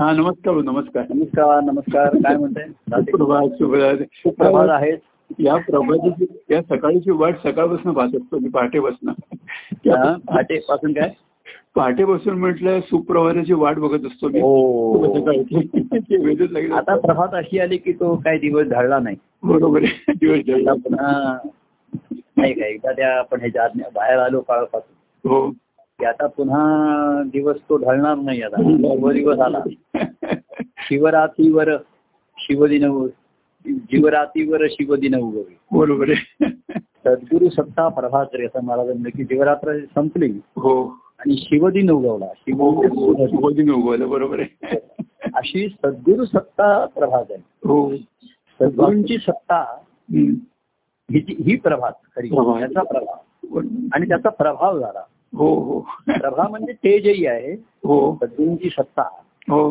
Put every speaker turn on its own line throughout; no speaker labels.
हां नमस्कार नमस्कार
नमस्कार नमस्कार काय म्हणताय
सुप्रभात सुप्रभात
सुप्रभात आहेत
या प्रभाताची या सकाळीची वाट सकाळपासून पाहत असतो मी पहाटेपासून
हा, पहाटे पासून काय
पहाटेपासून म्हटलं सुप्रभाताची वाट बघत असतो मी
हो
सकाळची ते वेधच लागलं
आता प्रभात अशी आली की तो काही दिवस धाडला नाही
बरोबर आहे दिवस
आता
जळला.
पुन्हा नाही का एकदा त्या आपण ह्याच्या आज्ञा बाहेर आलो काळापासून
हो
की आता पुन्हा दिवस तो ढळणार नाही आता तो दिवस आला शिवरातीवर शिवदिन उग- जीवरातीवर शिवदिन उगवे
बरोबर आहे
सद्गुरु सत्ता प्रभात रे असं मला जमलं की जीवरात्र संपली
हो
आणि शिवदिन उगवला शिव
हो,
म्हणजे
हो, हो.
सूर्य.
सुबोधीने उगवलं बरोबर आहे
अशी सद्गुरु सत्ता प्रभात आहे
हो
सद्गुरूंची सत्ता
हं.
ही जी- ही प्रभात खरी
प्रभात.
त्याचा प्रभाव
बरोबर.
आणि त्याचा प्रभाव झाला
हो हो
प्रभाव म्हणजे तेजही आहे
हो
सद्गुरूंची सत्ता
हो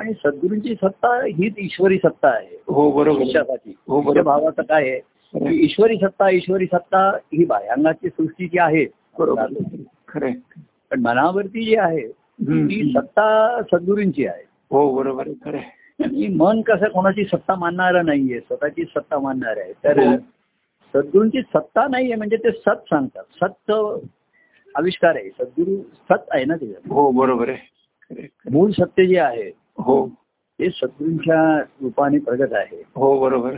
आणि सद्गुरूंची सत्ता हीच ईश्वरी सत्ता आहे
हो बरोबर आहे.
ईशासाठी
हो, बरोबर.
ईश्वर भावाचं काय आहे की ईश्वरी सत्ता ईश्वरी सत्ता ही बाह्यांगाची सृष्टी जी आहे
बरोबर खरं आहे.
पण मनावरती जी आहे
हम्म.
ती सत्ता सद्गुरूंची आहे
हो बरोबर आहे खरं आहे.
आणि मन कसं कोणाची सत्ता मानणारं नाहीये स्वतःची सत्ता मानणार आहे
हो.
तर सद्गुरूंची सत्ता नाहीये म्हणजे ते सत सांगतात सत आविष्कार आहे सद्गुरू सत आहे ना त्याच्यात
हो बरोबर आहे खरं आहे.
मूळ सत्य जे आहे
हो
ते सद्गुरूंच्या रूपाने प्रगत आहे
हो बरोबर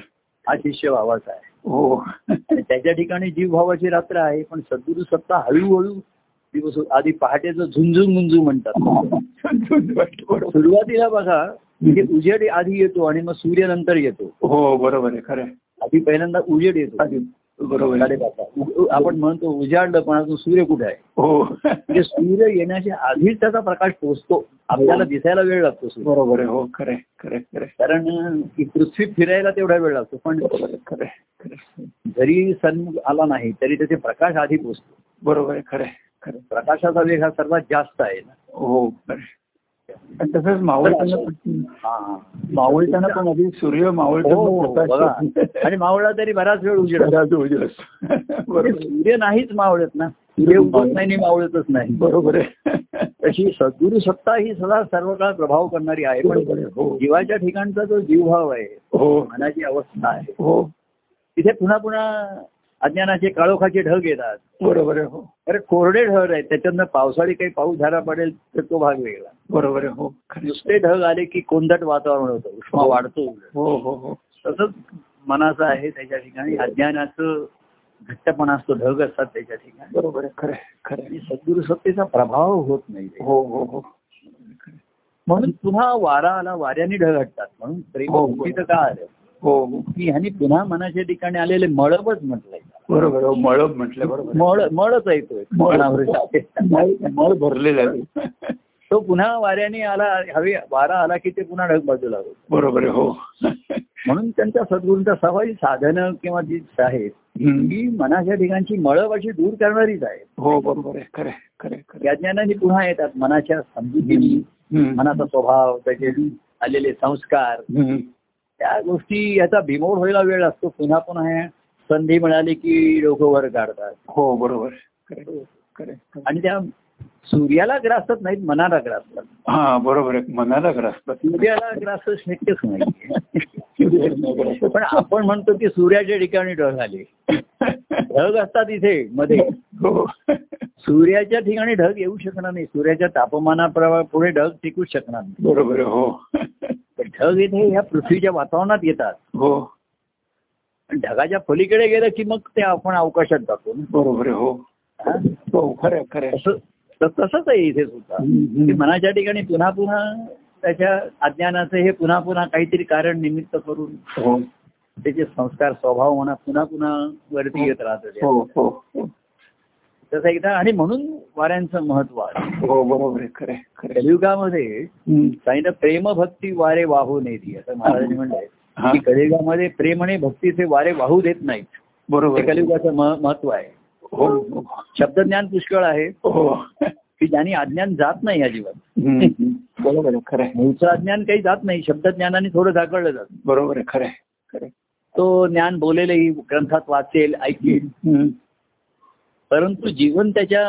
हा शिष्य भावाचा आहे
हो
आणि त्याच्या ठिकाणी जीवभावाची रात्र आहे पण सद्गुरू सत्ता हळूहळू दिवस आधी पहाटेचं झुंजू मुंजू म्हणतात
बरोबर
सुरुवातीला बघा म्हणजे उजेड आधी येतो आणि मग सूर्य नंतर येतो
हो बरोबर आहे खरं आहे.
आधी पहिल्यांदा उजेड येतो
बरोबर आहे.
साडेपाचला. उ- आपण म्हणतो उजाडलं पण अजून सूर्य कुठे आहे
हो हो.
म्हणजे सूर्य येण्याच्या आधीच त्याचा प्रकाश पोचतो आपल्याला दिसायला वेळ लागतो सूर्य
बरोबर आहे हो खरं आहे, खरं आहे, खरं आहे.
कारण ही पृथ्वी फिरायला तेवढा वेळ लागतो पण
बरोबर आहे, खरं आहे, खरं आहे.
जरी सन्मुख आला नाही तरी त्याचे प्रकाश आधी पोचतो
बरोबर आहे खरं आहे, खरं आहे.
प्रकाशाचा वेग हा सर्वात जास्त आहे ना
हो खरं आहे. आणि तसंच मावळताना पण- मावळताना पण आधी सूर्य
हो, हो,
मावळताना
बघा.
प्रकाश-
आणि मावळा तरी बराच वेळ उजेड असतो.
जगाचा उजेड असतो.
म्हणजे
बरोबर
सूर्य नाहीच मावळत ना सूर्य उगवत नाही आणि मावळतच नाही
बरोबर आहे
तशी सद्गुरु सत्ता ही सदा सर्व काळ प्रभाव करणारी आहे पण
बरोबर आहे, हो.
जीवाच्या ठिकाणचा जो जीवभाव आहे
हो
मनाची अवस्था आहे
हो
तिथे पुन्हा पुन्हा अज्ञानाचे काळोखाचे ढग येतात
बरोबर आहे हो
अरे कोरडे ढग आहेत त्याच्यातनं पावसाळी काही पाऊस झाला पडेल तर तो भाग वेगळा
बरोबर आहे हो खरं आहे.
नुसते ढग आले की कोंदट वातावरण होतं उष्मा वाढतो
हो हो हो
तसंच मनाचं आहे त्याच्या ठिकाणी अज्ञानाचं घट्टपणा असतो ढग असतात त्याच्या ठिकाणी
बरोबर आहे खरं आहे, खरं आहे.
आणि सद्गुरु सत्तेचा प्रभाव होत नाही
हो हो हो
म्हणून पुन्हा वारा आला वाऱ्याने ढग हटतात म्हणून प्रेम
हो.
भक्तीचं का आलं
हो हो
की ह्यानी पुन्हा मनाच्या ठिकाणी आलेले मळबच म्हटलंय
बरोबर आहे, हो मळब म्हटलं बरोबर आहे.
मळ मळच आहे तो एक
मळ.
मनावरचा
मळ मळ भरलेला आहे.
तो पुन्हा वाऱ्याने आला हवे वारा आला की ते पुन्हा ढग बाजूला होत
बरोबर आहे हो
म्हणून त्यांचा सद्गुरूंचा सवाई साधनं किंवा जी आहेत
हम्म.
ही मनाच्या ठिकाणची मळब अशी दूर करणारीच आहे
हो बरोबर आहे खरं आहे, खरं आहे, खरं आहे.
या ज्ञानाने पुन्हा येतात मनाच्या समजुतीने
हम्म.
मनाचा स्वभाव त्याचे आलेले संस्कार
हम्म.
त्या गोष्टी याचा बिमोड व्हायला वेळ लागतो पुन्हा पुन्हा ह्या संधी मिळाली की लोक वर काढतात
हो बरोबर आहे, खरं आहे, खरं आहे, खरं आहे.
आणि त्या सूर्याला ग्रासत नाहीत मनाला ग्रासतात
हा बरोबर आहे मनाला ग्रासतात
सूर्याला ग्रास शक्यच नाही
सूर्य
पण आपण म्हणतो की सूर्याच्या ठिकाणी ढग आले ढग असतात इथे मध्ये
हो
सूर्याच्या ठिकाणी ढग येऊ शकणार नाही सूर्याच्या तापमानाप्रमाणे पुढे ढग टिकूच शकणार नाही
बरोबर आहे, हो
पण ढग इथे ह्या पृथ्वीच्या वातावरणात येतात
हो
आणि ढगाच्या पलीकडे गेलं की मग ते आपण अवकाशात जातो ना
बरोबर आहे, हो
हा?
हो खरं आहे, खरं आहे.
तसं तर तसंच आहे इथे सुद्धा
हम्म,
की
हम्म.
मनाच्या ठिकाणी पुन्हा पुन्हा त्याच्या अज्ञानाचं हे पुन्हा पुन्हा काहीतरी कारण निमित्त करून
हो
त्याचे संस्कार स्वभाव म्हणा पुन्हा पुन्हा वरती येत
हो
राहतो
हो हो
तसं एकदा आणि म्हणून वाऱ्यांचं महत्व आहे
हो बरोबर आहे खरं आहे, खरं आहे.
कलियुगामध्ये
हम्म.
सांगितलं प्रेमभक्ती वारे वाहू नेती असं महाराजांनी म्हणलंय
हा
की कलियुगामध्ये प्रेम आणि भक्तीचे वारे वाहू देत नाहीत हे
बरोबर आहे.
कलियुगाचं महत्व आहे
हो हो.
शब्दज्ञान पुष्कळ आहे
हो
की ज्यांनी अज्ञान जात नाही या जीवन
हम्म. बरोबर आहे खरं आहे.
मूळचं अज्ञान काही जात नाही शब्दज्ञानाने थोडं झाकळलं जातं
बरोबर आहे खरं आहे, खरं आहे.
तो ज्ञान बोलेलही ग्रंथात वाचेल ऐकेल
हम्म.
परंतु जीवन त्याच्या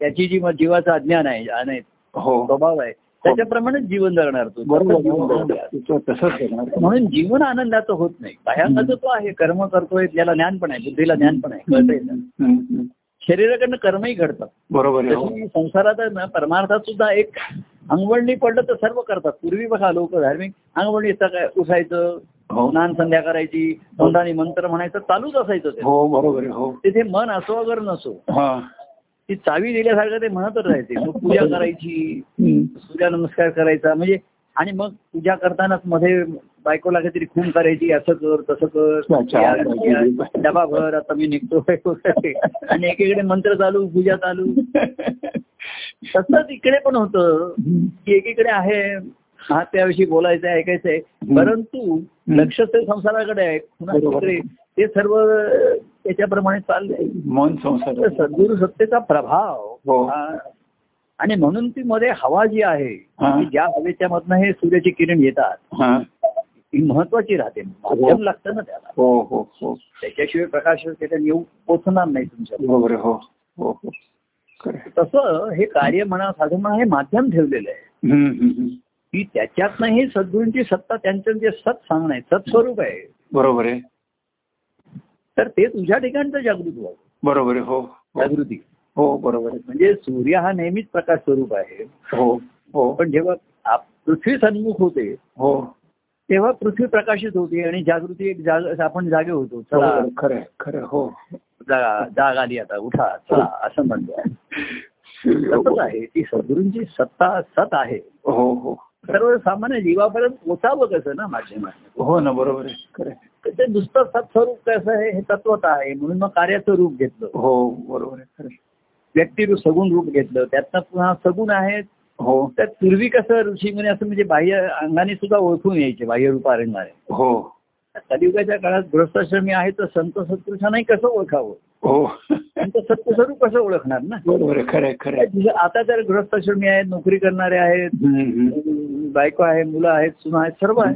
त्याची जी जीवाचं अज्ञान आहे ज्ञान आहे,
हो
स्वभाव आहे त्याच्याप्रमाणे जीवन जगणार तो
बरोबर
तसं जीवन जगणार.
तिचं तसंच करणार
म्हणून जीवन आनंदाचं होत नाही बाह्यांगाचं तो आहे कर्म करतोय त्याला ज्ञान पण आहे बुद्धीला ज्ञान पण आहे कळतंय ना.
हम्म, हम्म.
शरीराकडनं कर्मही घडतात
बरोबर आहे हो.
तशी संसारात आहे ना परमार्थात सुद्धा एक अंगवळणी पडलं तर सर्व करतात पूर्वी बघा लोक धार्मिक अंगवळणीचा काय उठायचं
हो
स्नान संध्या करायची तोंडाने मंत्र म्हणायचं चालूच असायचं ते
हो बरोबर आहे हो
तिथे मन असो अगर नसो
हा
ती चावी दिल्यासारखं ते म्हणतच राहायचे मग पूजा करायची
हम्म.
सूर्य नमस्कार करायचा म्हणजे आणि मग पूजा करतानाच मध्ये बायकोला काहीतरी खून करायची असं कर तसं कर
अच्छा.
या, या, डबा भर आता मी निघतो वगैरे. आणि एकीकडे मंत्र चालू पूजा चालू तसंच इकडे पण होतं
हम्म.
की एकीकडे आहे हा त्याविषयी बोलायचं आहे, ऐकायचं आहे परंतु लक्ष ते संसाराकडे आहे पुन्हा
बरोबर.
तिकडे ते सर्व त्याच्याप्रमाणे चाललंय
मन संसार
तर म्हणजे सद्गुरु सत्तेचा प्रभाव
हो.
हा- आणि म्हणून ती मध्ये हवा जी आहे
हा.
की ज्या हवेच्या मधनं हे सूर्याची किरण येतात
हा
ती महत्वाची राहते माध्यम लागतं ना त्याला
हो हो हो
त्याच्याशिवाय प्रकाश त्याच्यात येऊ पोचणार नाही तुमच्या
बरोबर आहे, हो हो हो खरं आहे.
तसं हे कार्य म्हणा साधन म्हणा हे माध्यम ठेवलेलं आहे
हम्म, हम्म, हम्म.
की त्याच्यातनंही सद्गुरूंची सत्ता त्यांचं जे सत सांगणं आहे सत्स्वरूप आहे
बरोबर आहे
तर ते तुझ्या ठिकाणचं जागृत व्हावं
बरोबर आहे हो हो.
जागृती
हो बरोबर आहे
म्हणजे सूर्य हा नेहमीच प्रकाश स्वरूप आहे
हो हो
पण जेव्हा आप- पृथ्वी सन्मुख होते
हो
तेव्हा पृथ्वी प्रकाशित होते आणि जागृती एक जाग आपण जागे होतो चला
बरोबर आहे, खरं आहे, खरं आहे, हो
जागा- जाग आली आता उठा चला असं म्हणतो तसंच आहे ती सद्गुरूंची सत्ता सत आहे
हो हो
सर्वसामान्य जीवापर्यंत पोचावं कसं ना माध्यमात
हो ना बरोबर आहे खरं आहे.
ते नुसतं सत्स्वरूप कसं आहे हे तत्वत आहे म्हणून मग कार्याचं रूप घेतलं
हो बरोबर आहे खरं आहे.
व्यक्तिरूप सगुण रूप घेतलं त्यातनं पुन्हा सगुण आहेत
हो
तर पूर्वी कसं ऋषीमुनी असं म्हणजे बाह्य अंगाने सुद्धा ओळखून यायचे बाह्य रूपारंगाने
हो
कलियुगाच्या काळात गृहस्थाश्रमी आहे तर संत सत्पुरुषांनाही कसं ओळखावं
हो
त्यांचं सत्स्वरूप कसं ओळखणार ना
बरोबर आहे खरं आहे, खरं आहे.
तुझं आता तर गृहस्थाश्रमी आहेत नोकरी करणारे आहेत
हम्म, हम्म.
बायको आहे मुलं आहेत सुना आहेत सर्व आहे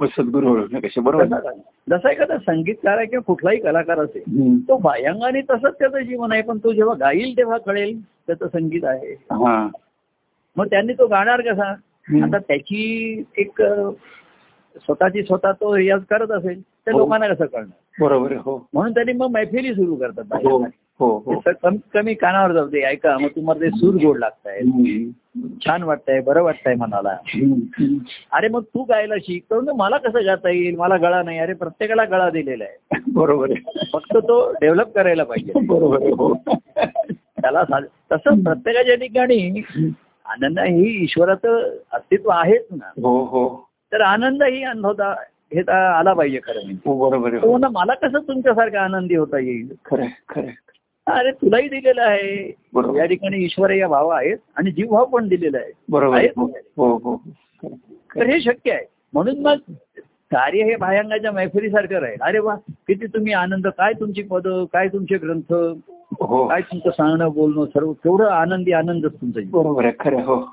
मग सद्गुरू ओळखणं कसे बरोबर आहे.
जसा एखादा संगीतकार आहे किंवा कुठलाही कलाकार असेल
हम्म.
तो बाह्यांगाने तसंच त्याचं जीवन आहे पण तो जेव्हा गाईल तेव्हा कळेल त्याचं संगीत आहे
हा
मग त्यांनी तो गाणार कसा
हम्म.
आता त्याची एक अ, स्वतःची स्वतः तो रियाज करत असेल तर
हो.
लोकांना कसं कळणार
बरोबर आहे, हो
म्हणून त्यांनी मग मैफिली सुरू करतात
हो
बाहेर.
हो हो
जसं कमी कमी कानावर जाऊ दे ऐका मग तुम्हाला ते सूर गोड लागताय
हम्म.
छान वाटतंय बरं वाटतंय मनाला
हम्म, हम्म.
अरे मग तू गायला शिक तर मला कसं गाता येईल मला गळा नाही अरे प्रत्येकाला गळा दिलेला आहे
बरोबर आहे
फक्त तो डेव्हलप करायला पाहिजे
बरोबर आहे हो
त्याला साध- तसं प्रत्येकाच्या ठिकाणी आनंद ही ईश्वराचं अस्तित्व आहेच ना
हो हो
तर आनंद ही अनुभवता घेता आला पाहिजे खरं म्हणजे
हो बरोबर आहे
तो
हो
ना मला कसं तुमच्यासारखा आनंदी होता येईल
खरं आहे, खरं आहे.
अरे तुलाही दिलेलं आहे
बरोबर.
या ठिकाणी ईश्वर या भाव आहेत आणि जीवभाव पण दिलेला आहे
बरोबर आहे
आहेत
हो हो हो खरं आहे,
तर
खरं आहे.
हे शक्य आहे म्हणून मग कार्य हे भायंगाच्या मैफिलीसारखं राहील अरे वा किती तुम्ही आनंद काय तुमची पदं काय तुमचे ग्रंथ
हो
काय तुमचं सांगणं बोलणं सर्व केवढं आनंदी आनंदच तुमचा जीवन.
बरोबर आहे खरं आहे, हो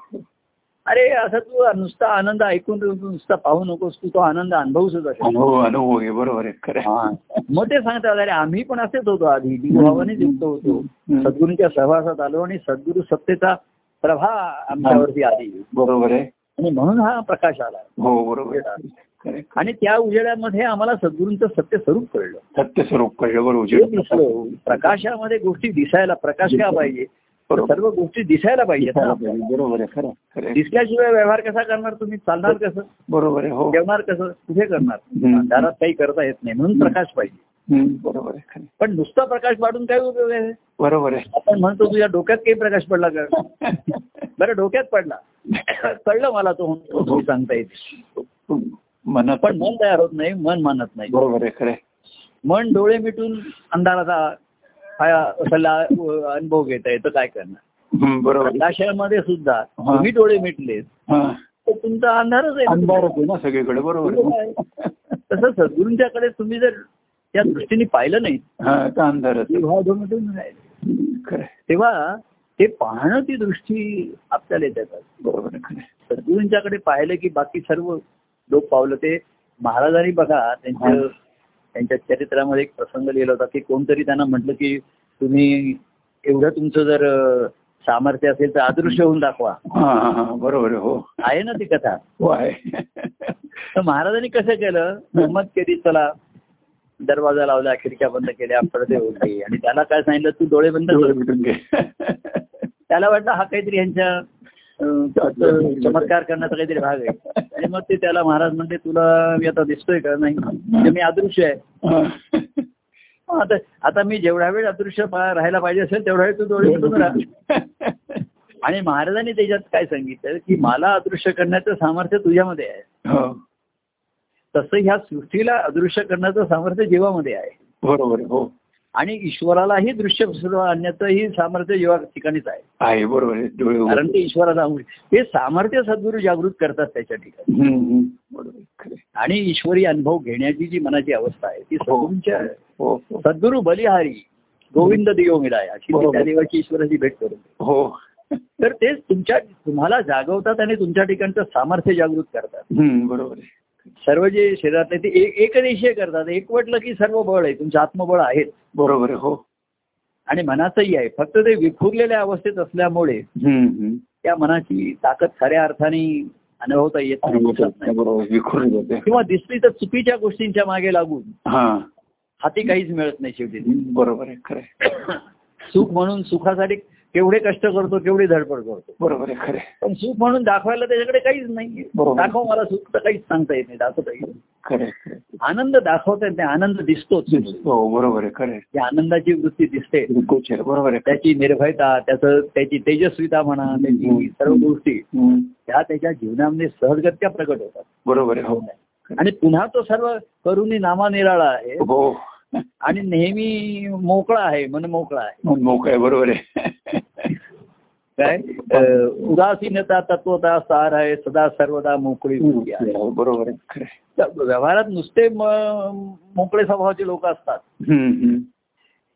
अरे असं तू नुसता आनंद ऐकून नुसता पाहू नकोस तू तो आनंद अनुभवू सुद्धा
अनुभव अनुभव आहे बरोबर आहे खरं आहे.
मग ते सांगतात अरे आम्ही पण असेच होतो आधी जीवभावानेच युक्त होतो
हम्म.
सद्गुरूंच्या सहवासात आलो आणि सद्गुरू सत्तेचा प्रभा आमच्यावरती आली
बरोबर आहे
आणि म्हणून हा प्रकाश आला
हो बरोबर आहे खरं आहे.
आणि त्या उजेडामध्ये आम्हाला सद्गुरूंचं सत्य स्वरूप कळलं
सत्य स्वरूप कळलं बरोबर
जे
उजेड.
दिसलं, प्रकाशामध्ये गोष्टी दिसायला प्रकाश का पाहिजे तर
बरोबर
सर्व गोष्टी दिसायला पाहिजेत ना.
बरोबर आहे खरं आहे, खरं आहे.
दिसल्याशिवाय व्यवहार कसा करणार तुम्ही चालणार कसं
बरोबर आहे हो
जेवणार कसं कुठे करणार
हम्म.
अंधारात काही करता येत नाही म्हणून प्रकाश पाहिजे
हम्म, बरोबर आहे खरं आहे.
पण नुसता प्रकाश पाडून काय उपयोग आहे
बरोबर आहे
आपण म्हणतो तुझ्या डोक्यात काही प्रकाश पडला का बरं डोक्यात पडला कळलं मला तो तुम्ही सांगता येते
मनात
पण मन तयार होत नाही मन मानत नाही
बरोबर आहे खरं आहे.
मन डोळे मिटून अंधाराचा पाया- सल्ला अ, अनुभव घेता येतो काय करणार
हम्म, बरोबर आहे.
प्रकाशामध्ये सुद्धा तुम्ही डोळे मिटले
हा
तर तुमचा अंधारच आहे
अंधारच आहे ना सगळीकडे बरोबर आहे.
तसं सद्गुरूंच्याकडे तुम्ही जर त्या दृष्टीने पाहिलं नाही
हा का अंधारच आहे.
विवाह धोरण राहील.
खरं आहे.
तेव्हा ते पाहणं ती दृष्टी आपल्याला येतात
बरोबर आहे खरं आहे.
सद्गुरूंच्याकडे पाहिलं की बाकी सर्व लोक पावलं ते महाराजांनी बघा त्यांचं
हा.
त्यांच्या चरित्रामध्ये एक प्रसंग लिहिला होता की कोणतरी त्यांना म्हटलं की तुम्ही एवढं तुमचं जर अं, सामर्थ्य असेल तर अदृश्य होऊन दाखवा
हा हा, हा बरोबर आहे, हो
आहे ना ती कथा
हो आहे
तर महाराजांनी कसं केलं हिंमत केली चला दरवाजा लावला खिडक्या बंद केल्या पडदे होते आणि त्याला काय सांगितलं तू डोळे बंद कर.
डोळे मिटून घे
त्याला वाटलं हा काहीतरी यांच्या अं, चमत्कार करण्याचा काहीतरी भाग आहे आणि मग ते त्याला महाराज म्हणते तुला मी आता दिसतोय का नाही म्हणजे मी अदृश्य आहे
हा.
मग आता आता मी जेवढा वेळ अदृश्य पा- राहायला पाहिजे असेल तेवढा वेळ तू डोळे मिटून राहा आणि महाराजांनी त्याच्यात काय सांगितलं की मला अदृश्य करण्याचं सामर्थ्य तुझ्यामध्ये आहे
हो
तसं ह्या सृष्टीला अदृश्य करण्याचं सामर्थ्य जीवामध्ये आहे
बरोबर आहे, हो
आणि ईश्वरालाही दृश्य स्वरूपात आणण्याचंही सामर्थ्य जीवा ठिकाणीच आहे
आहे बरोबर आहे डोळे उघडून.
कारण ते ईश्वराला अंगठी हे सामर्थ्य सद्गुरू जागृत करतात त्याच्या ठिकाणी
हम्म, हम्म. बरोबर आहे, खरं आहे.
आणि ईश्वरी अनुभव घेण्याची जी मनाची अवस्था आहे ती
हो.
सद्गुरूंच्या आहे.
हो हो
सद्गुरू बलिहारी गोविंद दियो मिलाय अशी ती
बरोबर.
त्या देवाची ईश्वराची भेट करून
हो
तर तेच तुमच्या तुम्हाला जागवतात आणि तुमच्या ठिकाणचं सामर्थ्य जागृत करतात
हम्म, बरोबर आहे
सर्व जे शरीरातले ते एक- एकदेशीय करतात एकवटलं की सर्व बळ आहे तुमचं आत्मबळ आहेत
बरोबर आहे हो
आणि मनाचंही आहे फक्त ते विखुरलेल्या अवस्थेत असल्यामुळे
हम्म, हम्म.
त्या मनाची ताकद खऱ्या अर्थाने अनुभवता येत नाही, दिसत नाही
बरोबर विखुरली जाते
किंवा दिसली तर चुकीच्या गोष्टींच्या मागे लागून
हा
हाती काहीच मिळत नाही शेवटी
बरोबर आहे खरं आहे.
सुख म्हणून सुखासाठी केवढे कष्ट करतो केवढी धडपड करतो
बरोबर आहे खरं आहे.
पण सुख म्हणून दाखवायला त्याच्याकडे काहीच नाही
बरोबर.
दाखव मला सुख तर काहीच सांगता येत नाही दाखवता येत नाही.
खरं आहे, खरं आहे.
आनंद दाखवता येत नाही आनंद दिसतोच जी
हो बरोबर आहे खरं आहे.
आनंदाची वृत्ती दिसते
गोच आहे, बरोबर आहे
त्याची निर्भयता त्याचं त्याची तेजस्विता म्हणा त्याची सर्व गोष्टी
हम्म.
त्या त्याच्या जीवनामध्ये सहजगत्या प्रकट होतात
बरोबर आहे हो
आणि पुन्हा तो सर्व करुणी नामा निराळा आहे
हो
आणि नेहमी मोकळा आहे मन मोकळा आहे
मन मोकळं आहे बरोबर आहे
काय अं, उदासीनता तत्वता सार आहे सदा सर्वदा मोकळी वृत्ती आहे.
हो, बरोबर आहे खरं आहे.
तर व्यवहारात नुसते म- मोकळे स्वभावाचे लोक असतात
हम्म, हम्म.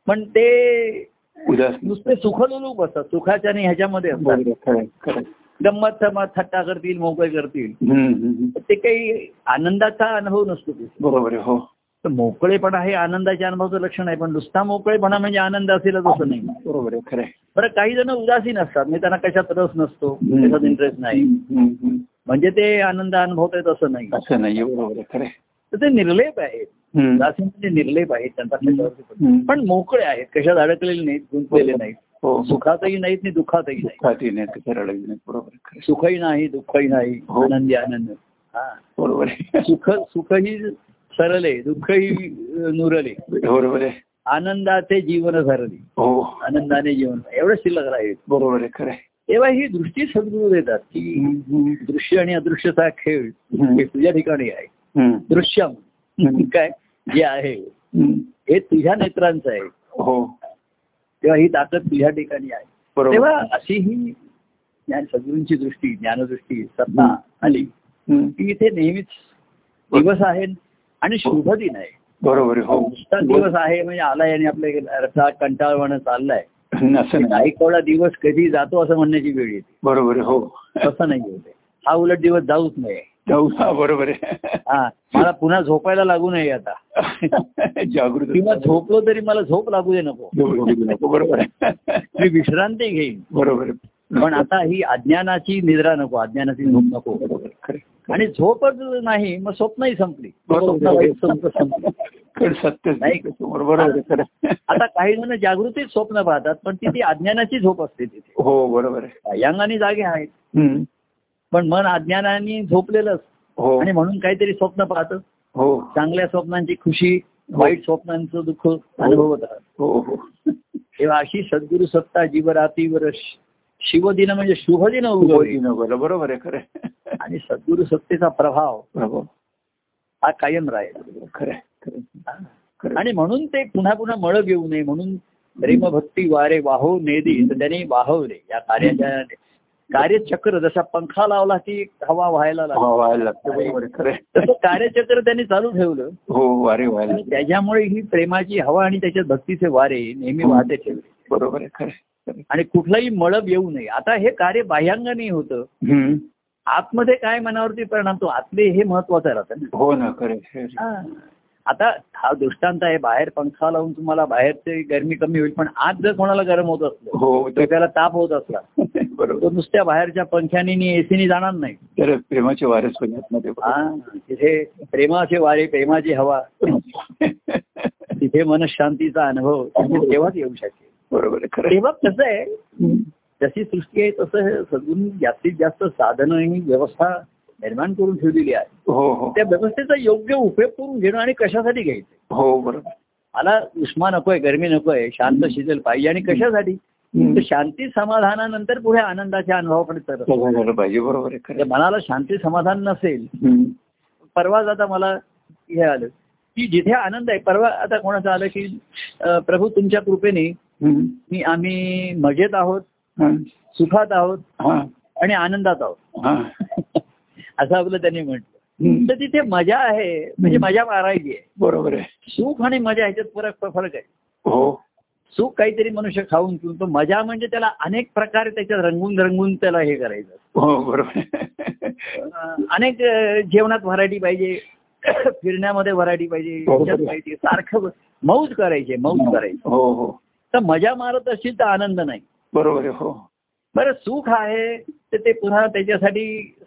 पण ते
उदास
नुसते सुखलोलूप असतात सुखाच्या आणि ह्याच्यामध्ये असतात
बरोबर आहे, खरं आहे, खरं आहे.
गंमत समाज थट्टा करतील मोकळे करतील
हम्म, हम्म.
ते काही आनंदाचा अनुभव नसतो तिथे.
बरोबर आहे हो
तर मोकळेपणा हे आनंदाच्या अनुभवाचं लक्षण आहे पण नुसता मोकळेपणा म्हणजे आनंद असेलच असं नाही
बरोबर आहे खरं आहे.
बरं काही जण उदासीन असतात म्हणजे त्यांना कशात रस नसतो
हम्म.
त्याच्यात इंटरेस्ट नाही
हम्म, हम्म, हम्म.
म्हणजे ते आनंद अनुभवता येत असं नाही
असं नाही बरोबर आहे खरं आहे.
तर ते निर्लेप आहेत
हम्म.
उदासीन म्हणजे निर्लेप आहेत त्यांचा कशावरती पण-
हम्म.
पण मोकळे आहेत कशात अडकलेले नाहीत गुंतलेले नाहीत
हो
सुखातही नाहीत आणि दुःखातही नाही
खाती नाही सरळ नाही बरोबर आहे, खरं आहे.
सुखही नाही दुःखही नाही
हो.
आनंदी आनंद हा
बरोबर आहे
सुख सुखही सरले दुःखही अं, नुरले
बरोबर आहे
आनंदाचे जीवन धरले
हो
आनंदाने जीवन एवढं शिल्लक राहील
बरोबर आहे खरं आहे.
तेव्हा ही दृष्टी सद्गुरू देतात की
हम्म, हम्म.
दृश्य आणि अदृश्यचा खेळ
हम्म.
हे तुझ्या ठिकाणी आहे
हम्म.
दृश्यम काय जे आहे
हम्म.
हे तुझ्या नेत्रांचं आहे
हो
तेव्हा ही ताकद तुझ्या ठिकाणी आहे
बरोबर
तेव्हा अशी ही ज्ञान सद्गुरूंची दृष्टी ज्ञानदृष्टी सत्ता
हम्म.
आली
हम्म.
की इथे नेहमीच दिवस आहे आणि शुभ दिन आहे
बरोबर आहे,
नुसता
हो
दिवस आहे म्हणजे आलाय आणि आपल्या रस्ता कंटाळवाणं चाललाय
असं नाही
काही कोणा दिवस कधी जातो असं म्हणण्याची वेळ येते
बरोबर आहे, हो
तसं नाही होते हा उलट दिवस जाऊच नये
जाऊ हा बरोबर आहे
हा मला पुन्हा झोपायला लागू नये आता
जागृत
किंवा झोपलो तरी मला झोप लागू दे नको
नको, बरोबर आहे
मी विश्रांती घेईन
बरोबर आहे
पण आता ही अज्ञानाची निद्रा नको अज्ञानाची झोप नको
बरोबर खरं
आणि झोपच नाही मग स्वप्नही संपली
बरोबर
स्वप्नाला
आहे.
एक स्वप्न संपलं.
खरं सत्य
नाही.
समोर बरोबर आहे खरं
आता काही जण जागृतीत स्वप्न पाहतात पण ती ती अज्ञानाची झोप असते तिथे
हो बरोबर आहे
बाह्यांगाने जागे आहेत
हम्म.
पण मन अज्ञानाने झोपलेलंच
हो
आणि म्हणून काहीतरी स्वप्न पाहतं
हो
चांगल्या स्वप्नांची खुशी वाईट स्वप्नांचं दुःख अनुभवत राहतं.
हो हो
तेव्हा अशी सद्गुरु सत्ता जीवरातीवर श- शिवदिन म्हणजे शुभदिन उगवली
बोला बरोबर आहे खरं आहे.
आणि सद्गुरु सत्तेचा प्रभाव
प्रभाव
हा कायम राहील
खरं आहे, खरं आहे, खरं आहे.
आणि म्हणून ते पुन्हा पुन्हा मळ घेऊ नये म्हणून प्रेमभक्ती वारे वाहो नेदी तर त्याने वाहवले या कार्याच्या कार्यचक्र जसा पंखा लावला की हवा व्हायला लागली
हो, व्हायला लागतं बरोबर आहे खरं आहे.
तसं कार्यचक्र त्यांनी चालू ठेवलं
हो वारे व्हायला
आणि
लागतं.
त्याच्यामुळे ही प्रेमाची हवा आणि त्याच्यात भक्तीचे वारे नेहमी वाहते ठेवले
बरोबर आहे खरं आहे, खरं आहे.
आणि कुठलाही मळब येऊ नये आता हे कार्य बाह्यांगाने होतं
हम्म.
आतमध्ये काय मनावरती परिणाम तो आतले हे महत्वाचं राहतं ना
हो ना खरं आहे, खरं आहे.
हा. आता हा दृष्टांत आहे बाहेर पंखा लावून तुम्हाला बाहेरची गरमी कमी होईल पण आज जर कोणाला गरम होत असलं
हो
तर
तर
त्याला ताप होत असला
बरोबर
तो नुसत्या बाहेरच्या पंख्यानी आणि एसीनी जाणार नाही
तर प्रेमाचे वारस पण आहेत ना ते बरोबर.
हा तिथे प्रेमाचे वारे प्रेमाची हवा तिथे मनशांतीचा अनुभव म्हणजे तेव्हाच येऊ शकेल
बरोबर आहे, खरं आहे.
तेव्हा कसं आहे
हम्म.
जशी सृष्टी आहे तसं हे सगून जास्तीत जास्त साधनं ही व्यवस्था निर्माण करून ठेवलेली आहे
हो हो
त्या व्यवस्थेचा योग्य उपयोग करून घेणं आणि कशासाठी घ्यायचं
हो बरोबर
मला उष्मा नकोय गरमी नकोय शांत शीतल पाहिजे आणि कशासाठी
हम्म. हो.
तर शांती समाधानानंतर पुढे आनंदाच्या अनुभवाकडे तर म्हणजे
सगळं झालं पाहिजे बरोबर आहे खरं आहे.
मनाला शांती समाधान नसेल
हम्म.
परवाच आता मला हे आलं की जिथे आनंद आहे परवा आता कोणाचं आलं की अं, प्रभू तुमच्या कृपेने
हम्म.
मी आम्ही मजेत आहोत
हा.
सुखात आहोत
हा.
आणि आनंदात आहोत
हा.
असं आपलं त्यांनी म्हटलं
हम्म.
तर तिथे मजा आहे म्हणजे मजा मारायची आहे
बरोबर आहे
सुख आणि मजा ह्याच्यात फरक फरक आहे
हो
सुख काहीतरी मनुष्य खाऊन पिऊन तो मजा म्हणजे त्याला अनेक प्रकारे त्याच्यात रंगून रंगून त्याला हे करायचं
हो बरोबर आहे.
अं, अनेक अं, जेवणात व्हरायटी पाहिजे फिरण्यामध्ये व्हरायटी पाहिजे
हो.
ह्याच्यात पाहिजे सारखं मौज करायचे मौज करायची
हो हो
तर मजा मारत असशील तर आनंद नाही
बरोबर आहे हो
बरं सुख आहे तर ते पुन्हा त्याच्यासाठी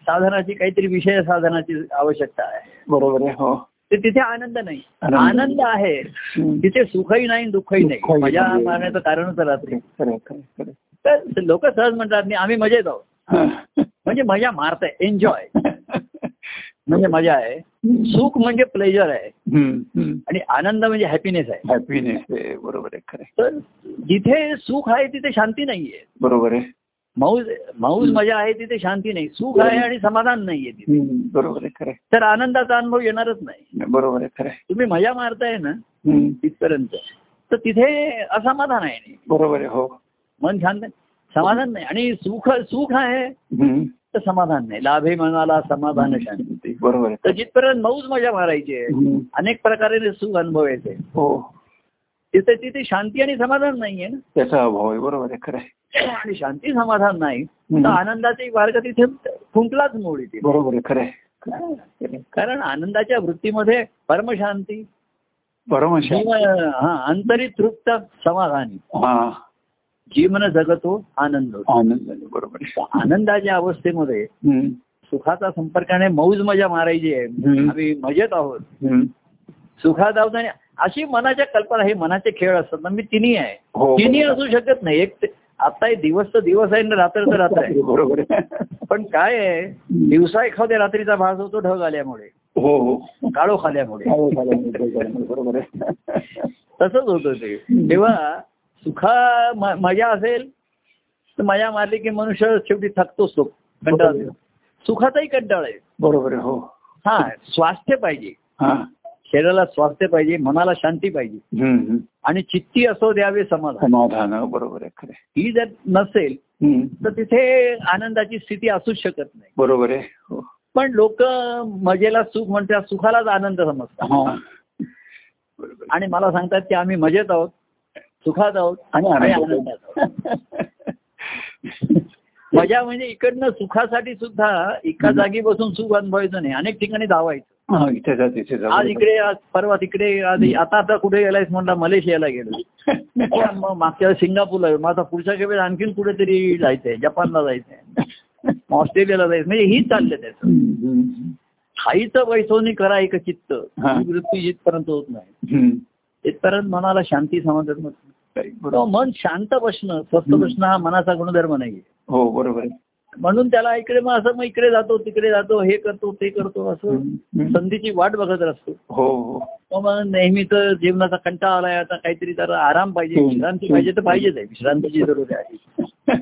साधनाची काहीतरी विषय साधनाची आवश्यकता आहे
बरोबर आहे हो
तर तिथे आनंद नाही
आनंद नाही.
आनंद आहे
हम्म.
तिथे सुखही नाही आणि दुःखही नाही
दुःखही
मजा
नाही.
मारण्याचं कारणच राहते
खरं आहे, खरं आहे, खरं आहे.
तर लोक सहज म्हणतात "मी- आम्ही मजेत आहोत
हा.
म्हणजे मजा मारताय एन्जॉय म्हणजे मजा आहे सुख म्हणजे प्लेजर आहे आणि आनंद म्हणजे हॅपीनेस आहे
हॅपीनेस आहे बरोबर आहे खरं आहे.
तर जिथे सुख आहे तिथे शांती नाहीये
बरोबर आहे
मौज मौज मजा आहे तिथे शांती नाही सुख आहे आणि समाधान नाहीये तिथे
हम्म. बरोबर आहे खरं
तर आनंदाचा अनुभव येणारच नाही
आहे. बरोबर आहे खरं आहे.
तुम्ही मजा मारताय ना
हम्म.
तिथपर्यंत तर तिथे असमाधान आहे नाही.
बरोबर आहे हो
मन शांत नाही. समाधान नाही आणि सुख सुख आहे
हम्म.
तर समाधान नाही लाभे मनाला समाधान शांती
बरोबर आहे
तर जिथपर्यंत मौज मजा मारायची आहे
हम्म.
अनेक प्रकारे सुख अनुभवायचे
हो
तिथे तिथे शांती आणि समाधान नाहीये ना
त्याचा अभाव आहे बरोबर आहे खरं आहे.
आणि शांती समाधान नाही
हम्म.
तर आनंदाचे मार्ग तिथे फुंकलाच मोड येते
बरोबर आहे खरं आहे. खरं आहे
कारण आनंदाच्या वृत्तीमध्ये परमशांती
हो. बरोबर आहे.
जीव हा आंतरिक तृप्त समाधानी
हा
जीवन जगतो आनंद होतो.
आनंद आहे. बरोबर आहे.
आनंदाच्या अवस्थेमध्ये
हम्म.
सुखाचा संपर्काने मौज मजा मारायची आहे
हम्म.
आम्ही मजेत आहोत
हम्म.
सुखात आहोत आणि अशी मनाच्या कल्पना हे मनाचे खेळ असतात ना मी तिन्ही आहे
हो
तिन्ही असू शकत नाही एक ते- आता हे दिवस तर दिवस आहे आणि रात्र तर रात्र आहे
बरोबर आहे.
पण काय आहे दिवसा एखाद्या रात्रीचा भास होतो ढग आल्यामुळे
हो हो
काळोख आल्यामुळे
हो, चालेल. चालेल. बरोबर आहे
तसंच होतं ते तेव्हा सुखा म- मजा असेल तर मजा मारली की मनुष्य शेवटी थकतोच तो कंटाळा येतो. सुखाचाही कंटाळा आहे
बरोबर आहे हो
हा स्वास्थ्य पाहिजे
हा
शरीराला स्वास्थ्य पाहिजे मनाला शांती पाहिजे
हम्म, हम्म.
आणि चित्ती असो द्यावे समाधान
समाधान बरोबर आहे खरे
ही जर नसेल तर तिथे आनंदाची स्थिती असूच शकत नाही
बरोबर आहे हो
पण लोक मजेला सुख म्हणतात सुखालाच आनंद समजतात
हा बरोबर
आणि मला सांगतात की आम्ही मजेत आहोत सुखात आहोत आणि
आणि
आम्ही
आनंदात
आनंदात आहोत मजा म्हणजे इकडनं सुखासाठी सुद्धा एका जागी बसून सुख अनुभवायचं नाही अनेक ठिकाणी धावायचं
हा, इथे जा तिथे जा
आज इकडे आज परवा तिकडे आज आता आता कुठे गेलायस म्हणला मलेशियाला गेलो मग मागच्या वेळेस सिंगापूरला गेलो माझा पुढच्या वेळेस आणखीन कुठेतरी जायचंय जपानला जायचंय मग ऑस्ट्रेलियाला जायचं म्हणजे ही चाललं त्याचं
हम्म, हम्म.
खाईचं वैसोनी करा एक चित्त
हा.
ही वृत्ती जिथपर्यंत होत नाही
हम्म.
तिथपर्यंत मनाला शांती समाधान होत नाही.
काही
तो
बरोबर.
मन शांत बसणं स्वस्थ
हम्म.
बसणं हा मनाचा गुणधर्म नाहीये
हो बरोबर आहे
म्हणून त्याला इकडे मग असं मग इकडे जातो तिकडे जातो हे करतो ते करतो असं
हम्म.
संधीची वाट बघत असतो
हो हो
मग मग नेहमीच जीवनाचा कंटाळा आलाय आता काहीतरी तर आराम पाहिजे
हम्म.
विश्रांती पाहिजे तर पाहिजेच आहे विश्रांतीची जरूर आहे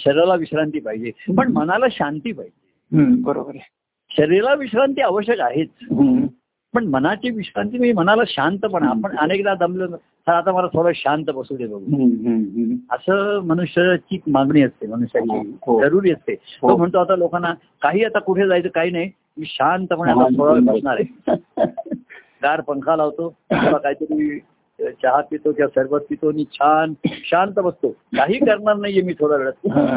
शरीराला विश्रांती पाहिजे पण मनाला शांती पाहिजे
हम्म, बरोबर आहे
शरीराला विश्रांती आवश्यक आहेच
हम्म.
पण मनाची विश्रांती म्हणजे मनाला शांतपणा आपण अनेकदा दमलो ना, "सर, आता मला थोडं शांत बसू दे बघू
हम्म, हम्म, हम्म.
असं मनुष्याची मागणी असते
हो.
मनुष्याची जरुरी असते
हो.
तो म्हणतो आता लोकांना काही आता कुठे जायचं काही नाही मी शांतपणे आता थोडा वेळ बसणार आहे गार पंखा लावतो किंवा काहीतरी चहा पितो किंवा सरबत पितो आणि छान शांत बसतो काही करणार नाहीये मी थोडा वेळ
हा.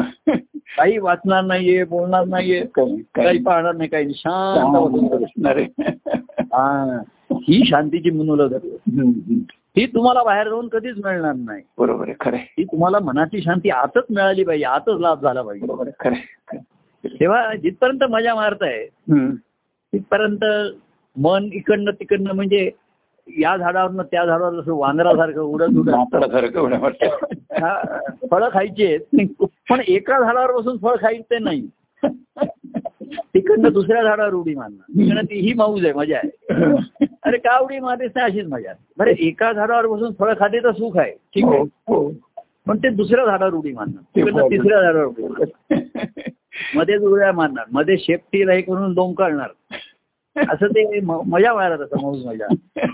काही वाचणार नाहीये बोलणार नाहीये
काही- काही-
काही पाहणार नाही काही नाही. शांत बसून
बसणार आहे.
हा. ही शांती जी मनोलग
हम्म, हम्म.
ही तुम्हाला बाहेर जाऊन कधीच मिळणार नाही
बरोबर आहे खरं आहे.
ही तुम्हाला मनाची शांती आतच मिळाली पाहिजे आतच लाभ झाला पाहिजे
बरोबर आहे खरं आहे, खरं आहे.
तेव्हा जिथपर्यंत मजा मारताय
हम्म.
तिथपर्यंत मन इकडनं तिकडनं म्हणजे या झाडावरनं त्या झाडावर जसं वानरासारखं उडत उडत
माकडासारखं उड्या मारतात.
हा, फळं खायची आहेत पण एका झाडावर बसून फळ खायचं नाही तिकडनं दुसऱ्या झाडावर उडी मारणार तिकडनं ती ही मौज आहे मजा आहे अरे का उडी मारतेस नाही अशीच मजा आहे. बरं एका झाडावर बसून फळ खाते तर सुख आहे ठीक आहे
हो, हो.
पण ते दुसऱ्या झाडावर उडी मारणार
ते
तिकडनं
बरोबर.
तिसऱ्या झाडावर उडी मारणार मध्येच उड्या मारणार मध्ये शेपटी एक म्हणून डोंकाळणार असं ते म- मजा मारत असतं मौज मजा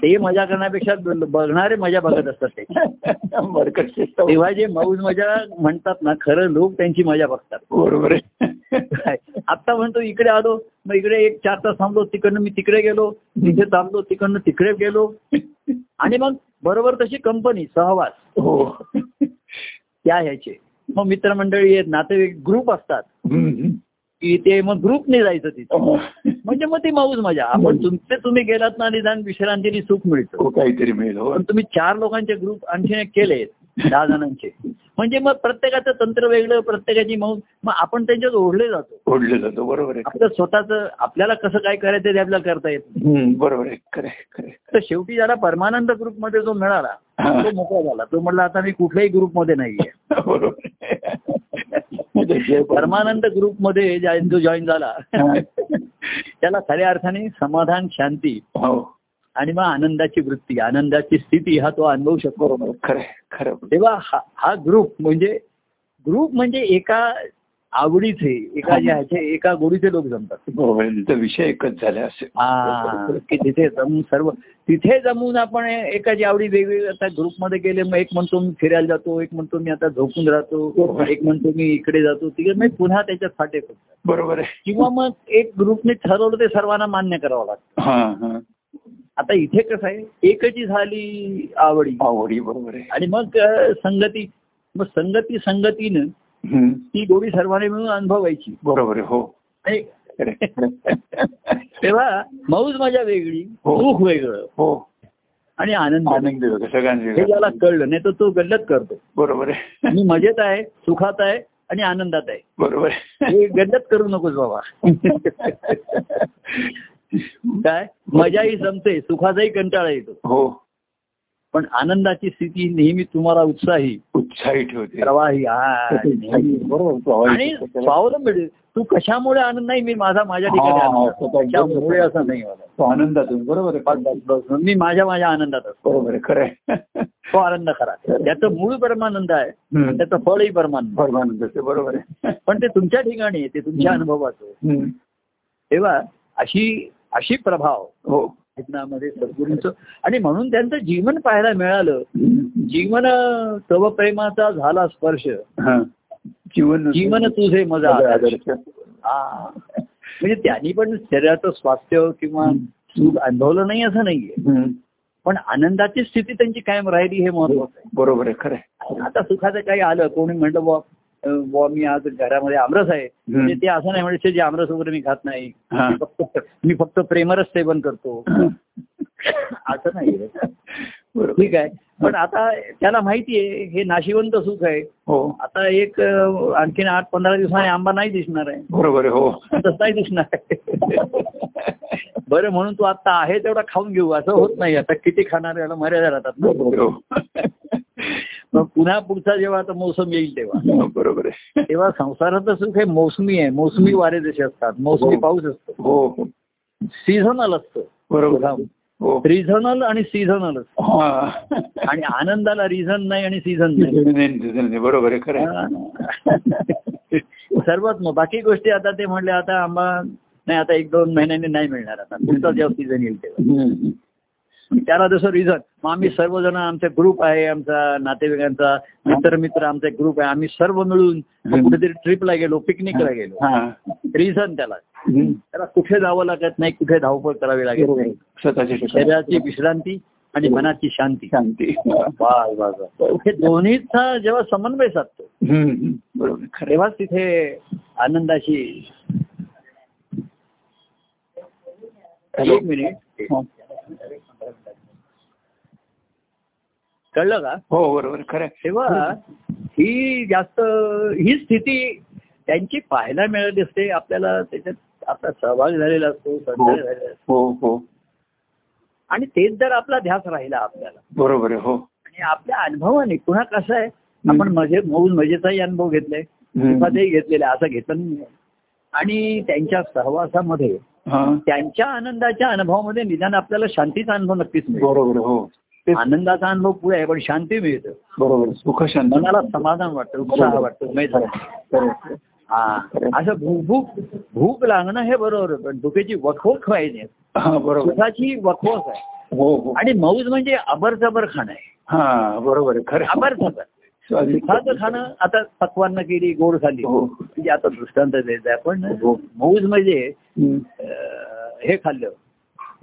ते मजा करण्यापेक्षा ब- बघणारे मजा बघत असतात ते
बरकत शिस्त.
तेव्हा जे मौज मजा म्हणतात ना खरं लोक त्यांची मजा बघतात
बरोबर आहे
काय आता म्हणतो इकडे आलो मग इकडे एक चार तास थांबलो तिकडनं मी तिकडे गेलो तिथे थांबलो तिकडनं तिकडे गेलो आणि मग बरोबर तशी कंपनी सहवास
हो
त्या ह्याचे मग मित्रमंडळी आहेत नातेवाईक ग्रुप असतात
हम्म.
की ते मग ग्रुपने जायचं तिथे
हो.
म्हणजे मग ती मौज मजा आपण तुमचे तुम्ही गेलात ना निदान विश्रांतीने सुख मिळतं
हो, काहीतरी मिळेल हो
पण तुम्ही चार लोकांचे ग्रुप आणखीन एक केले दहा जणांचे म्हणजे मग प्रत्येकाचं तंत्र वेगळं प्रत्येकाची मौज मग आपण त्यांच्यात ओढले जातो
ओढलं जातो बरोबर आहे
आपलं स्वतःच आपल्याला कसं काय करायचं ते आपल्याला करता येत नाही.
हम्म, बरोबर आहे खरं आहे, खरं आहे.
तर शेवटी ज्याला परमानंद ग्रुपमध्ये जो मिळाला
हा.
तो मोकळा झाला तो म्हणला आता मी कुठल्याही ग्रुपमध्ये नाहीये
बरोबर आहे. म्हणजे जे
परमानंद ग्रुपमध्ये ज्या- जो जॉईन झाला
हा.
त्याला खऱ्या अर्थाने समाधान शांती
हो
आणि मग आनंदाची वृत्ती आनंदाची स्थिती हा तो अनुभवू शकतो
बरोबर आहे, खरं आहे, खरं आहे.
तेव्हा हा हा ग्रुप म्हणजे ग्रुप म्हणजे एका आवडीचे एका जे ह्याचे एका गोडीचे लोक जमतात
बरोबर आहे, तिथं विषय एकच झाला असेल
हा, की तिथे जमून सर्व तिथे जमून आपण एकाची आवडी वेगवेगळी आता ग्रुपमध्ये गेले मग एक म्हणतो मी फिरायला जातो एक म्हणतो मी आता झोपून राहतो एक म्हणतो मी इकडे जातो तिकडे मग पुन्हा त्याच्यात फाटे फुटतात
बरोबर आहे
किंवा मग एक ग्रुपने ठरवलं ते सर्वांना मान्य करावं लागतं
हा हा
आता इथे कसं आहे एकची झाली आवडी
आवडी बरोबर आहे
आणि मग अ, संगती मग संगती संगतीनं
हम्म,
ती गोडी सर्वांनी मिळून अनुभवायची
बरोबर आहे हो
आणि
खरं आहे, खरं आहे.
तेव्हा मौज मजा वेगळी
हो.
सुख वेगळं
हो
आणि आनंद वेगळा.
आनंद होतो
हे ज्याला
सगळ्यांचे
कळलं नाही तर तो गल्लत करतो
बरोबर आहे
मी मजेत आहे सुखात आहे आणि आनंदात आहे
बरोबर आहे
हे गल्लत करू नकोस बाबा काय मजाही संपते सुखाचाही कंटाळा येतो
हो
पण आनंदाची स्थिती नेहमी तुम्हाला उत्साही
उत्साही ठेवते
प्रवाही हा नेहमी.
बरोबर प्रवाही
आणि
ठेवते त्याला.
स्वावलंबी म्हणजे तू कशामुळे आनंद नाही मी माझा माझ्या ठिकाणी
हा,
आनंद
स्वतः
आहे. कशामुळे असं नाही मला.
तो आनंदातून बरोबर आहे
बस, बस, बस. मी माझ्या माझ्या आनंदात असतो
बरोबर आहे खरं आहे
तो आनंद खरा त्याचं मूळ परमानंद आहे
हम्म.
त्याचं फळही परमानंद
परमानंद असते, बरोबर आहे
पण ते तुमच्या ठिकाणी आहे, ते तुमच्या
हम्म.
अनुभवाचं
हम्म.
तेव्हा अशी अशी प्रभाव
हो
जीवनामध्ये सद्गुरूंचं आणि म्हणून त्यांचं जीवन पाहायला मिळालं
हम्म.
जीवन अं, तव प्रेमाचा झाला स्पर्श
हा. जीवन
जीवन तुझे मजा आदर्श.
आदर्श.
हा. म्हणजे त्यांनी पण शरीराचं स्वास्थ्य किंवा
हम्म.
सुख अनुभवलं नाही असं नाहीये
हम्म.
पण आनंदाची स्थिती त्यांची कायम राहिली हे महत्वाचं
बरोबर आहे खरं आहे.
आहे आता सुखाचं काही आलं कोणी म्हणलं बा बुवा मी आज घरामध्ये आमरस आहे म्हणजे ते असं नाही म्हणजे जे आमरस वगैरे मी खात नाही
हा.
मी फक्त मी फक्त प्रेमरस सेवन करतो असं नाही
बरोबर
ठीक आहे पण आता त्याला माहिती आहे हे नाशिवंत सुख आहे
हो
आता एक अं, आणखीन आठ पंधरा दिवसांनी आंबा नाही दिसणार आहे
बरोबर आहे हो
तसं नाही दिसणार आहे. बरं म्हणून तू आता आहे तेवढा खाऊन घेऊ असं होत नाही आता किती खाणार याला मर्यादा राहतात ना
बरोबर हो.
मग पुन्हा पुढचा जेव्हा आता मोसम येईल तेव्हा
हो, बरोबर आहे
तेव्हा संसाराचं सुख हे मोसमी आहे मोसमी वारे जसे असतात मोसमी
हो.
पाऊस असतो
हो हो.
सीझनल असतो
बरोबर आहे. हो
रिझनल आणि सीझनल असतो
हा.
आणि आनंदाला रिझन नाही आणि सीझन नाही
नाही, नाही, नाही, बरोबर आहे खरं आहे.
सर्वात मग बाकी गोष्टी आता ते म्हणले आता आंबा नाही आता एक दोन महिन्यांनी नाही मिळणार आता पुढचा जेव्हा सीझन येईल तेव्हा
हम्म.
त्याला जसं रिझन मग आम्ही सर्वजण आमचा ग्रुप आहे आमचा नातेवाईकांचा मित्र मित्र आमचा ग्रुप आहे आम्ही सर्व मिळून मग कुठेतरी ट्रिपला गेलो पिकनिकला गेलो
हा.
रिझन त्याला
हम्म.
त्याला कुठे जावं लागत नाही कुठे धावपळ करावी लागत
बरोबर
नाही
आहे. स्वतःच्या ठिकाणी.
शरीराची विश्रांती आणि मनाची शांती
शांती हम्म.
वाह, वाह, वाह. हे दोन्हीचा जेव्हा समन्वय साधतो
हम्म. बरोबर आहे. खरं आहे.
तेव्हाच तिथे आनंदाची
हॅलो.
एक मिनिट
हो, हा.
कळलं का
हो बरोबर खरं आहे.
तेव्हा ही जास्त ही स्थिती त्यांची पाहायला मिळाली असते आपल्याला त्याच्यात आपला सहभाग झालेला असतो सहकार्य झालेला असतो
हो हो
आणि तेच जर आपला ध्यास राहिला आपल्याला
बरोबर आहे हो
आणि आपल्या अनुभवाने पुन्हा कसं आहे आपण मजे मौज मजेचाही अनुभव घेतलाय
हम्म.
सुखाचाही घेतलेला आहे, असं घेतलं नाही आणि त्यांच्या सहवासामध्ये
हा
त्यांच्या आनंदाच्या अनुभवामध्ये निदान आपल्याला शांतीचा अनुभव नक्कीच मिळतो
बरोबर आहे, हो तेच
आनंदाचा अनुभव पुढे आहे पण शांती मिळतं
बरोबर आहे. सुख शांती
मनाला समाधान वाटतं उत्साह वाटतो माहित आहे.
खरं आहे.
हा असं भूक भूक भूक लागणं हे बरोबर आहे, पण भुकेची वखोख व्हायची नाही.
हा बरोबर आहे.
सुखाची वखोख आहे
हो हो
आणि मौज म्हणजे अबरजबर खाणं आहे
हा बरोबर आहे खरं आहे.
अबरजबर
अगदी
सुखाचं खाणं आता पक्वान्न केली गोड खाल्ली
हो
म्हणजे आता दृष्टांत द्यायचं आहे पण
हो.
मौज म्हणजे
हम्म.
अं, हे खाल्लं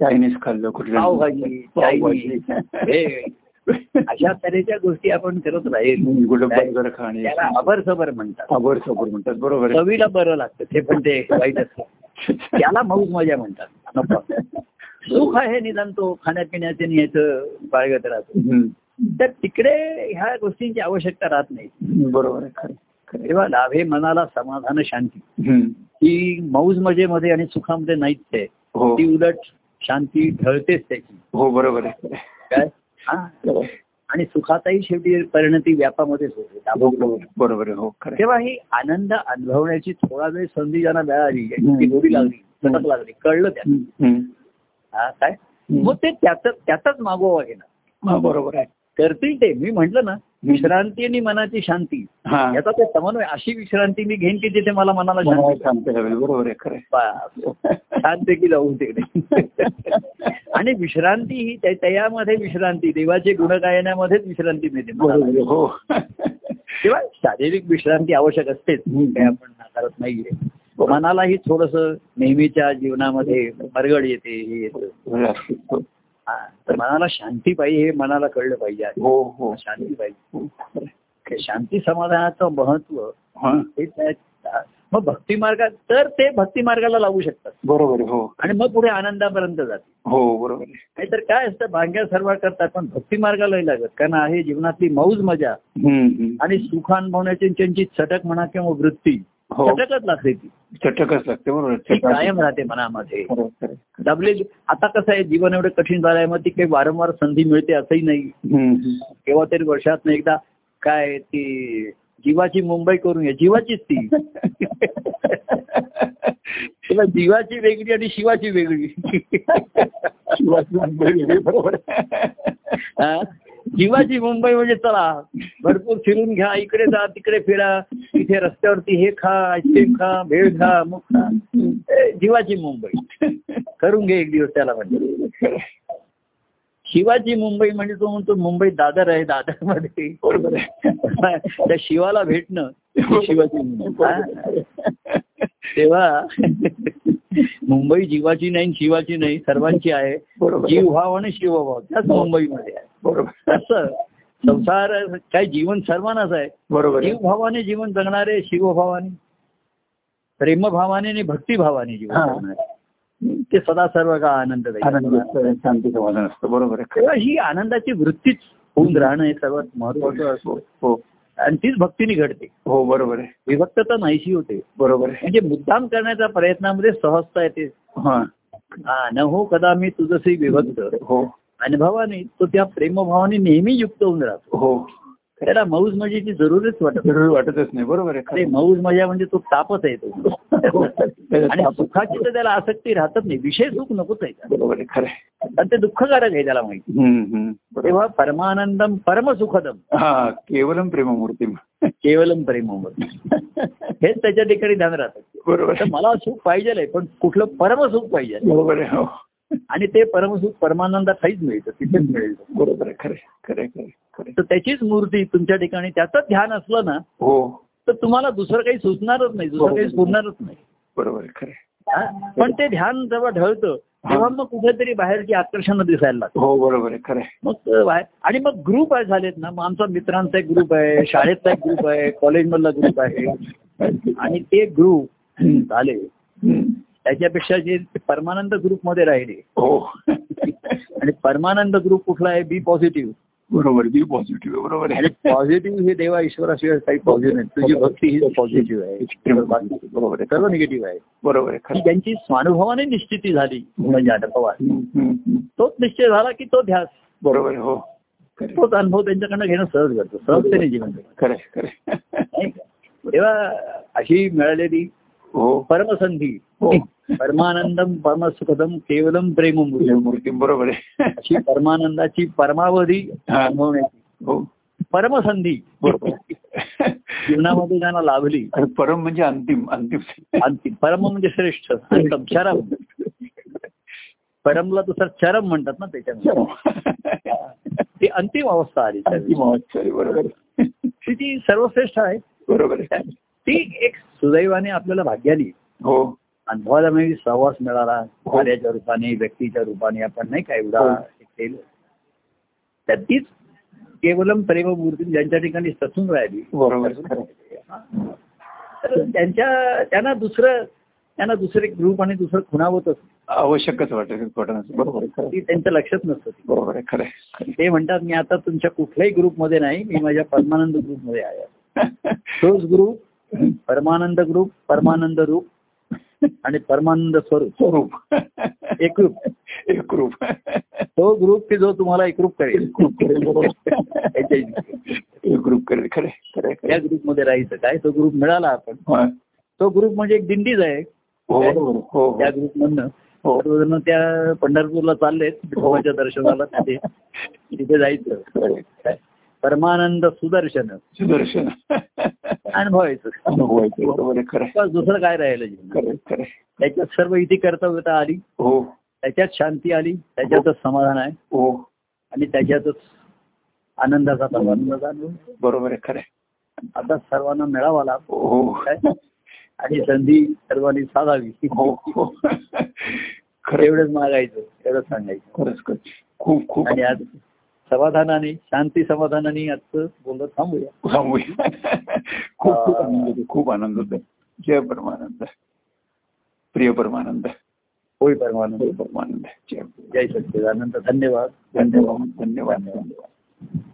चायनीज खाल्लं
पावभाजी
पावभाजी.
चायनीज हे अशा तऱ्हेच्या गोष्टी आपण करत राहील
हम्म, गुलाब बर्गर खाणे
त्याला अबरसबर म्हणतात
खबर खबर म्हणतात बरोबर आहे.
चवीला बरं लागतं ते पण ते वाईट असतं त्याला मौज मजा म्हणतात नको. सुख आहे निदान तो खाण्यापिण्याचे न्यायचं बाळगत राहतो
हम्म.
तर तिकडे ह्या गोष्टींची आवश्यकता राहत नाही
बरोबर आहे खरं खरं
तेव्हा लाभे मनाला समाधान शांती
हम्म.
ही मौज मजेमध्ये आणि सुखामध्ये नाहीच आहे
हो
ती उलट शांती ढळतेच त्याची
हो बरोबर आहे खरं आहे.
काय हा.
खरं आहे.
आणि सुखाचाही शेवटी परिणती व्यापामध्येच होते दाभोगला होते.
बरोबर आहे हो खरं आहे.
तेव्हा ही आनंद अनुभवण्याची थोडा वेळ संधी ज्यांना मिळाली
हम्म.
ती गोडी लागली सटक लागली कळलं त्यांना
हम्म. हम्म.
हा, काय मग ते त्याच त्याचाच मागोवा घेणं
हा बरोबर आहे
करतील ते मी म्हंटल ना विश्रांती आणि मनाची शांती
हा
याचा ते समन्वय अशी विश्रांती मी घेईन की जिथे मला मनाला शांती
मला
मिळेल.
सांगता यावेळी. बरोबर आहे खरं आहे.
बस. शांतपैकी जाऊन तिकडे आणि विश्रांती ही त्या- त्यामध्ये विश्रांती देवाचे गुणगायनामध्येच विश्रांती मिळते
बरोबर
मनाला.
आहे. हो
तेव्हा शारीरिक विश्रांती आवश्यक असतेच
हम्म.
काही आपण नाकारत नाहीये मनालाही थोडस नेहमीच्या जीवनामध्ये मरगळ येते हे येतं
बरोबर आहे. हो.
हा. तर मनाला शांती पाहिजे हे मनाला कळलं पाहिजे आधी.
हो हो
शांती पाहिजे
हो. खरं आहे.
ते शांती समाधानाचं महत्व
हा
हे त्या- मग भक्ती मार्गात तर ते भक्ती मार्गाला लागू शकतात
बरोबर आहे. हो
आणि मग पुढे आनंदापर्यंत जाते
हो बरोबर आहे
नाहीतर काय असतं भांग्या सर्व करतात पण भक्ती मार्गालाही लागत कारण आहे जीवनातली मौज मजा
हम्म, हम्म.
आणि सुख अनुभवण्याची त्यांची चटक म्हणा किंवा वृत्ती
हो
चटकच लागते ती
चटकच लागते बरोबर आहे.
ती
चटक.
कायम राहते मनामध्ये
खरं आहे, खरं आहे.
दबले आता कसं आहे जीवन एवढं कठीण झालंय मग ती काही वारंवार संधी मिळते असंही नाही
हम्म, हम्म.
केव्हा तरी वर्षात एकदा काय ती जीवाची मुंबई करून घ्या जीवाचीच ती तुला जीवाची वेगळी आणि शिवाची वेगळी
शिवाजीराव बहिरे, बरोबर आहे.
हा? जीवाची मुंबई म्हणजे चला भरपूर फिरून घ्या इकडे जा तिकडे फिरा इथे रस्त्यावरती हे खा आईस्क्रीम खा भेळ खा मुख खा ए, जीवाची मुंबई करून घे एक दिवस त्याला म्हणजे
खरं आहे.
शिवाची मुंबई म्हणजे तो म्हणतो मुंबई दादर आहे दादर मध्ये
बरोबर आहे.
त्या शिवाला भेटणं ही शिवाची मुंबई हा? तेव्हा मुंबई जीवाची नाही आणि शिवाची नाही सर्वांची आहे
बरोबर आहे.
जीव भाव आणि शिवभाव त्याच मुंबईमध्ये आहे
बरोबर
असं संसार काय जीवन सर्वांनाच आहे
बरोबर आहे.
जीवभावाने जीवन जगणारे शिवभावाने प्रेमभावाने आणि भक्तिभावाने
हा.
जीवन जगणारे ते सदा सर्व का आनंद
आनंद असतो, शांती समाधान असतं बरोबर आहे खरं
तेव्हा ही आनंदाची वृत्तीच होऊन राहणं हे सर्वात महत्वाचं
हो
असतं
हो.
आणि तीच भक्तीने घडते
हो बरोबर आहे
विभक्त तर नाहीशी होते
बरोबर आहे
म्हणजे मुद्दाम करण्याच्या प्रयत्नामध्ये सहजता येते
हा
हा, न हो कदा मी तुझंशी विभक्त
हो
अनुभवाने तो त्या प्रेमभावाने नेहमी युक्त होऊन राहतो
हो
त्याला मौज मजेची जरूरच वाटत नाही.
जरूर वाटतच नाही बरोबर आहे
अरे
खरं
मौज मजा म्हणजे तो तापच आहे तो
आहे.
आणि सुखाची तर त्याला आसक्ती राहतच नाही विषय सुख नकोच आहे त्याला.
बरोबर आहे खरं आहे.
आणि ते दुःखकारक आहे त्याला माहिती
हम्म, हम्म. बरोबर.
तेव्हा परमानंदम परमसुखदम
हा केवलम प्रेममूर्ती
केवलम प्रेममत हेच त्याच्या ठिकाणी ध्यान राहतं
बरोबर
तर
आहे.
मला सुख पाहिजे पण कुठलं परमसुख पाहिजे
बरोबर आहे हो
आणि ते परमसुख परमानंदाखालीच मिळतं तिथेच मिळेल
बरोबर आहे खरं आहे. खरं आहे, खरं आहे, खरं आहे.
तर त्याचीच मूर्ती तुमच्या ठिकाणी त्याचं ध्यान असलं ना
हो
तर तुम्हाला दुसरं काही सुचणारच नाही दुसरं काही सुचणारच नाही
बरोबर आहे खरं आहे.
हा? पण ते ध्यान जेव्हा ढळतं तेव्हा मग कुठेतरी बाहेरची आकर्षण दिसायला लागतात
हो बरोबर आहे खरं आहे.
मग ते बाहेर आणि मग ग्रुप आहे झालेत ना मग आमचा मित्रांचा एक ग्रुप आहे शाळेतला एक ग्रुप आहे कॉलेजमधला ग्रुप आहे आणि ते ग्रुप झाले
हम्म.
त्याच्यापेक्षा जे परमानंद ग्रुपमध्ये राहिले
हो
आणि परमानंद ग्रुप कुठला आहे बी पॉझिटिव्ह
बरोबर बी पॉझिटिव्ह बरोबर आहे
पॉझिटिव्ह हे देवा ईश्वराशिवाय काही पॉझिटिव्ह नाही तुझी भक्ती ही पॉझिटिव्ह आहे तर बाकी
बरोबर आहे
सर्व निगेटिव्ह आहे
बरोबर आहे
ही
खरं
त्यांची स्वानुभवाने निश्चिती झाली म्हणजे अनुभवात
हम्म, हम्म, हम्म.
तोच निश्चय झाला की तो ध्यास
बरोबर आहे, हो खरं आहे,
तोच अनुभव त्यांच्याकडनं घेणं सहज करतो सहजतेने जीवन जगतो.
खरं आहे, खरं आहे.
नाही का तेव्हा अशी मिळालेली
हो
परमसंधी
हो
परमानंदम परमसुखदम केवलम प्रेमम
मूर्ती बरोबर आहे
अशी परमानंदाची परमावधी
हा.
अनुभवण्याची
हो
परमसंधी
बरोबर
जीवनामध्ये ज्यांना लाभली
आणि परम म्हणजे अंतिम अंतिम
अंतिम परम म्हणजे श्रेष्ठ अंतम चरम
हो.
परमला दुसरं चरम म्हणतात ना त्याच्यामध्ये ती अंतिम अवस्था आली त्यावेळी.
अंतिम अवस्था आहे, बरोबर आहे.
ती ती सर्वश्रेष्ठ आहे
बरोबर आहे
ती एक सुदैवाने आपल्याला भाग्याने
हो
अनुभवाला म्हणजे सहवास मिळाला
हो.
कार्याच्या रूपाने व्यक्तीच्या रूपाने आपण नाही का एवढा
हो.
हे केलं तर तीच केवलम प्रेममूर्ती ज्यांच्या ठिकाणी ससून राहिली
बरोबर आहे, खरं आहे.
तर त्यांच्या त्यांना दुसरं त्यांना दुसरे ग्रुप आणि दुसरं खुणावतच
आवश्यकच वाटत पटनाचं बरोबर आहे, खरं आहे.
ती त्यांच्या लक्षात नसतं ते.
बरोबर आहे खरं आहे.
ते म्हणतात मी आता तुमच्या कुठल्याही ग्रुपमध्ये नाही मी माझ्या परमानंद ग्रुपमध्ये आहे तोच ग्रुप परमानंद ग्रुप परमानंद रूप आणि परमानंद स्वरूप
स्वरूप
एकरूप
एक रूप
तो ग्रुप की जो तुम्हाला एकरूप करेल
ग्रुप करेल बरोबर.
त्याच्या इतकं.
एक ग्रुप करेल खरे खरे
त्या ग्रुपमध्ये राहायचं काय तो ग्रुप मिळाला आपण
हो
तो ग्रुप म्हणजे एक दिंडीच आहे
बरोबर हो
त्या ग्रुप मधनं
हो
सर्वजण त्या पंढरपूरला चाललेत विठोबाच्या दर्शनाला तिथे तिथे जायचं
खरं आहे.
काय? परमानंद सुदर्शन
सुदर्शन
अनुभवायचं
अनुभवायचं बरोबर आहे खरं आहे.
बस दुसरं काय राहिलं जीवनात?
खरं आहे, खरं आहे.
त्याच्यात सर्व इथे कर्तव्यता आली
हो
त्याच्यात शांती आली त्याच्यातच समाधान आहे
हो
आणि त्याच्यातच आनंदाचा सर्वांना अनुभव
बरोबर आहे खरं आहे.
आता सर्वांना मिळावा लाभ
हो
काय? आणि संधी सर्वांनी साधावी
हो हो खरं
एवढंच मागायचं एवढंच सांगायचं
खरंच खरंच खूप खूप
आणि आज समाधानाने शांती समाधानाने आजचं बोलणं थांबूया
सांगूया खूप खूप आनंद होतो खूप आनंद होतो जय परमानंद प्रिय परमानंद
होय परमानंद
जय परमानंद जय
जय सच्चिदानंद धन्यवाद
धन्यवाद धन्यवाद धन्यवाद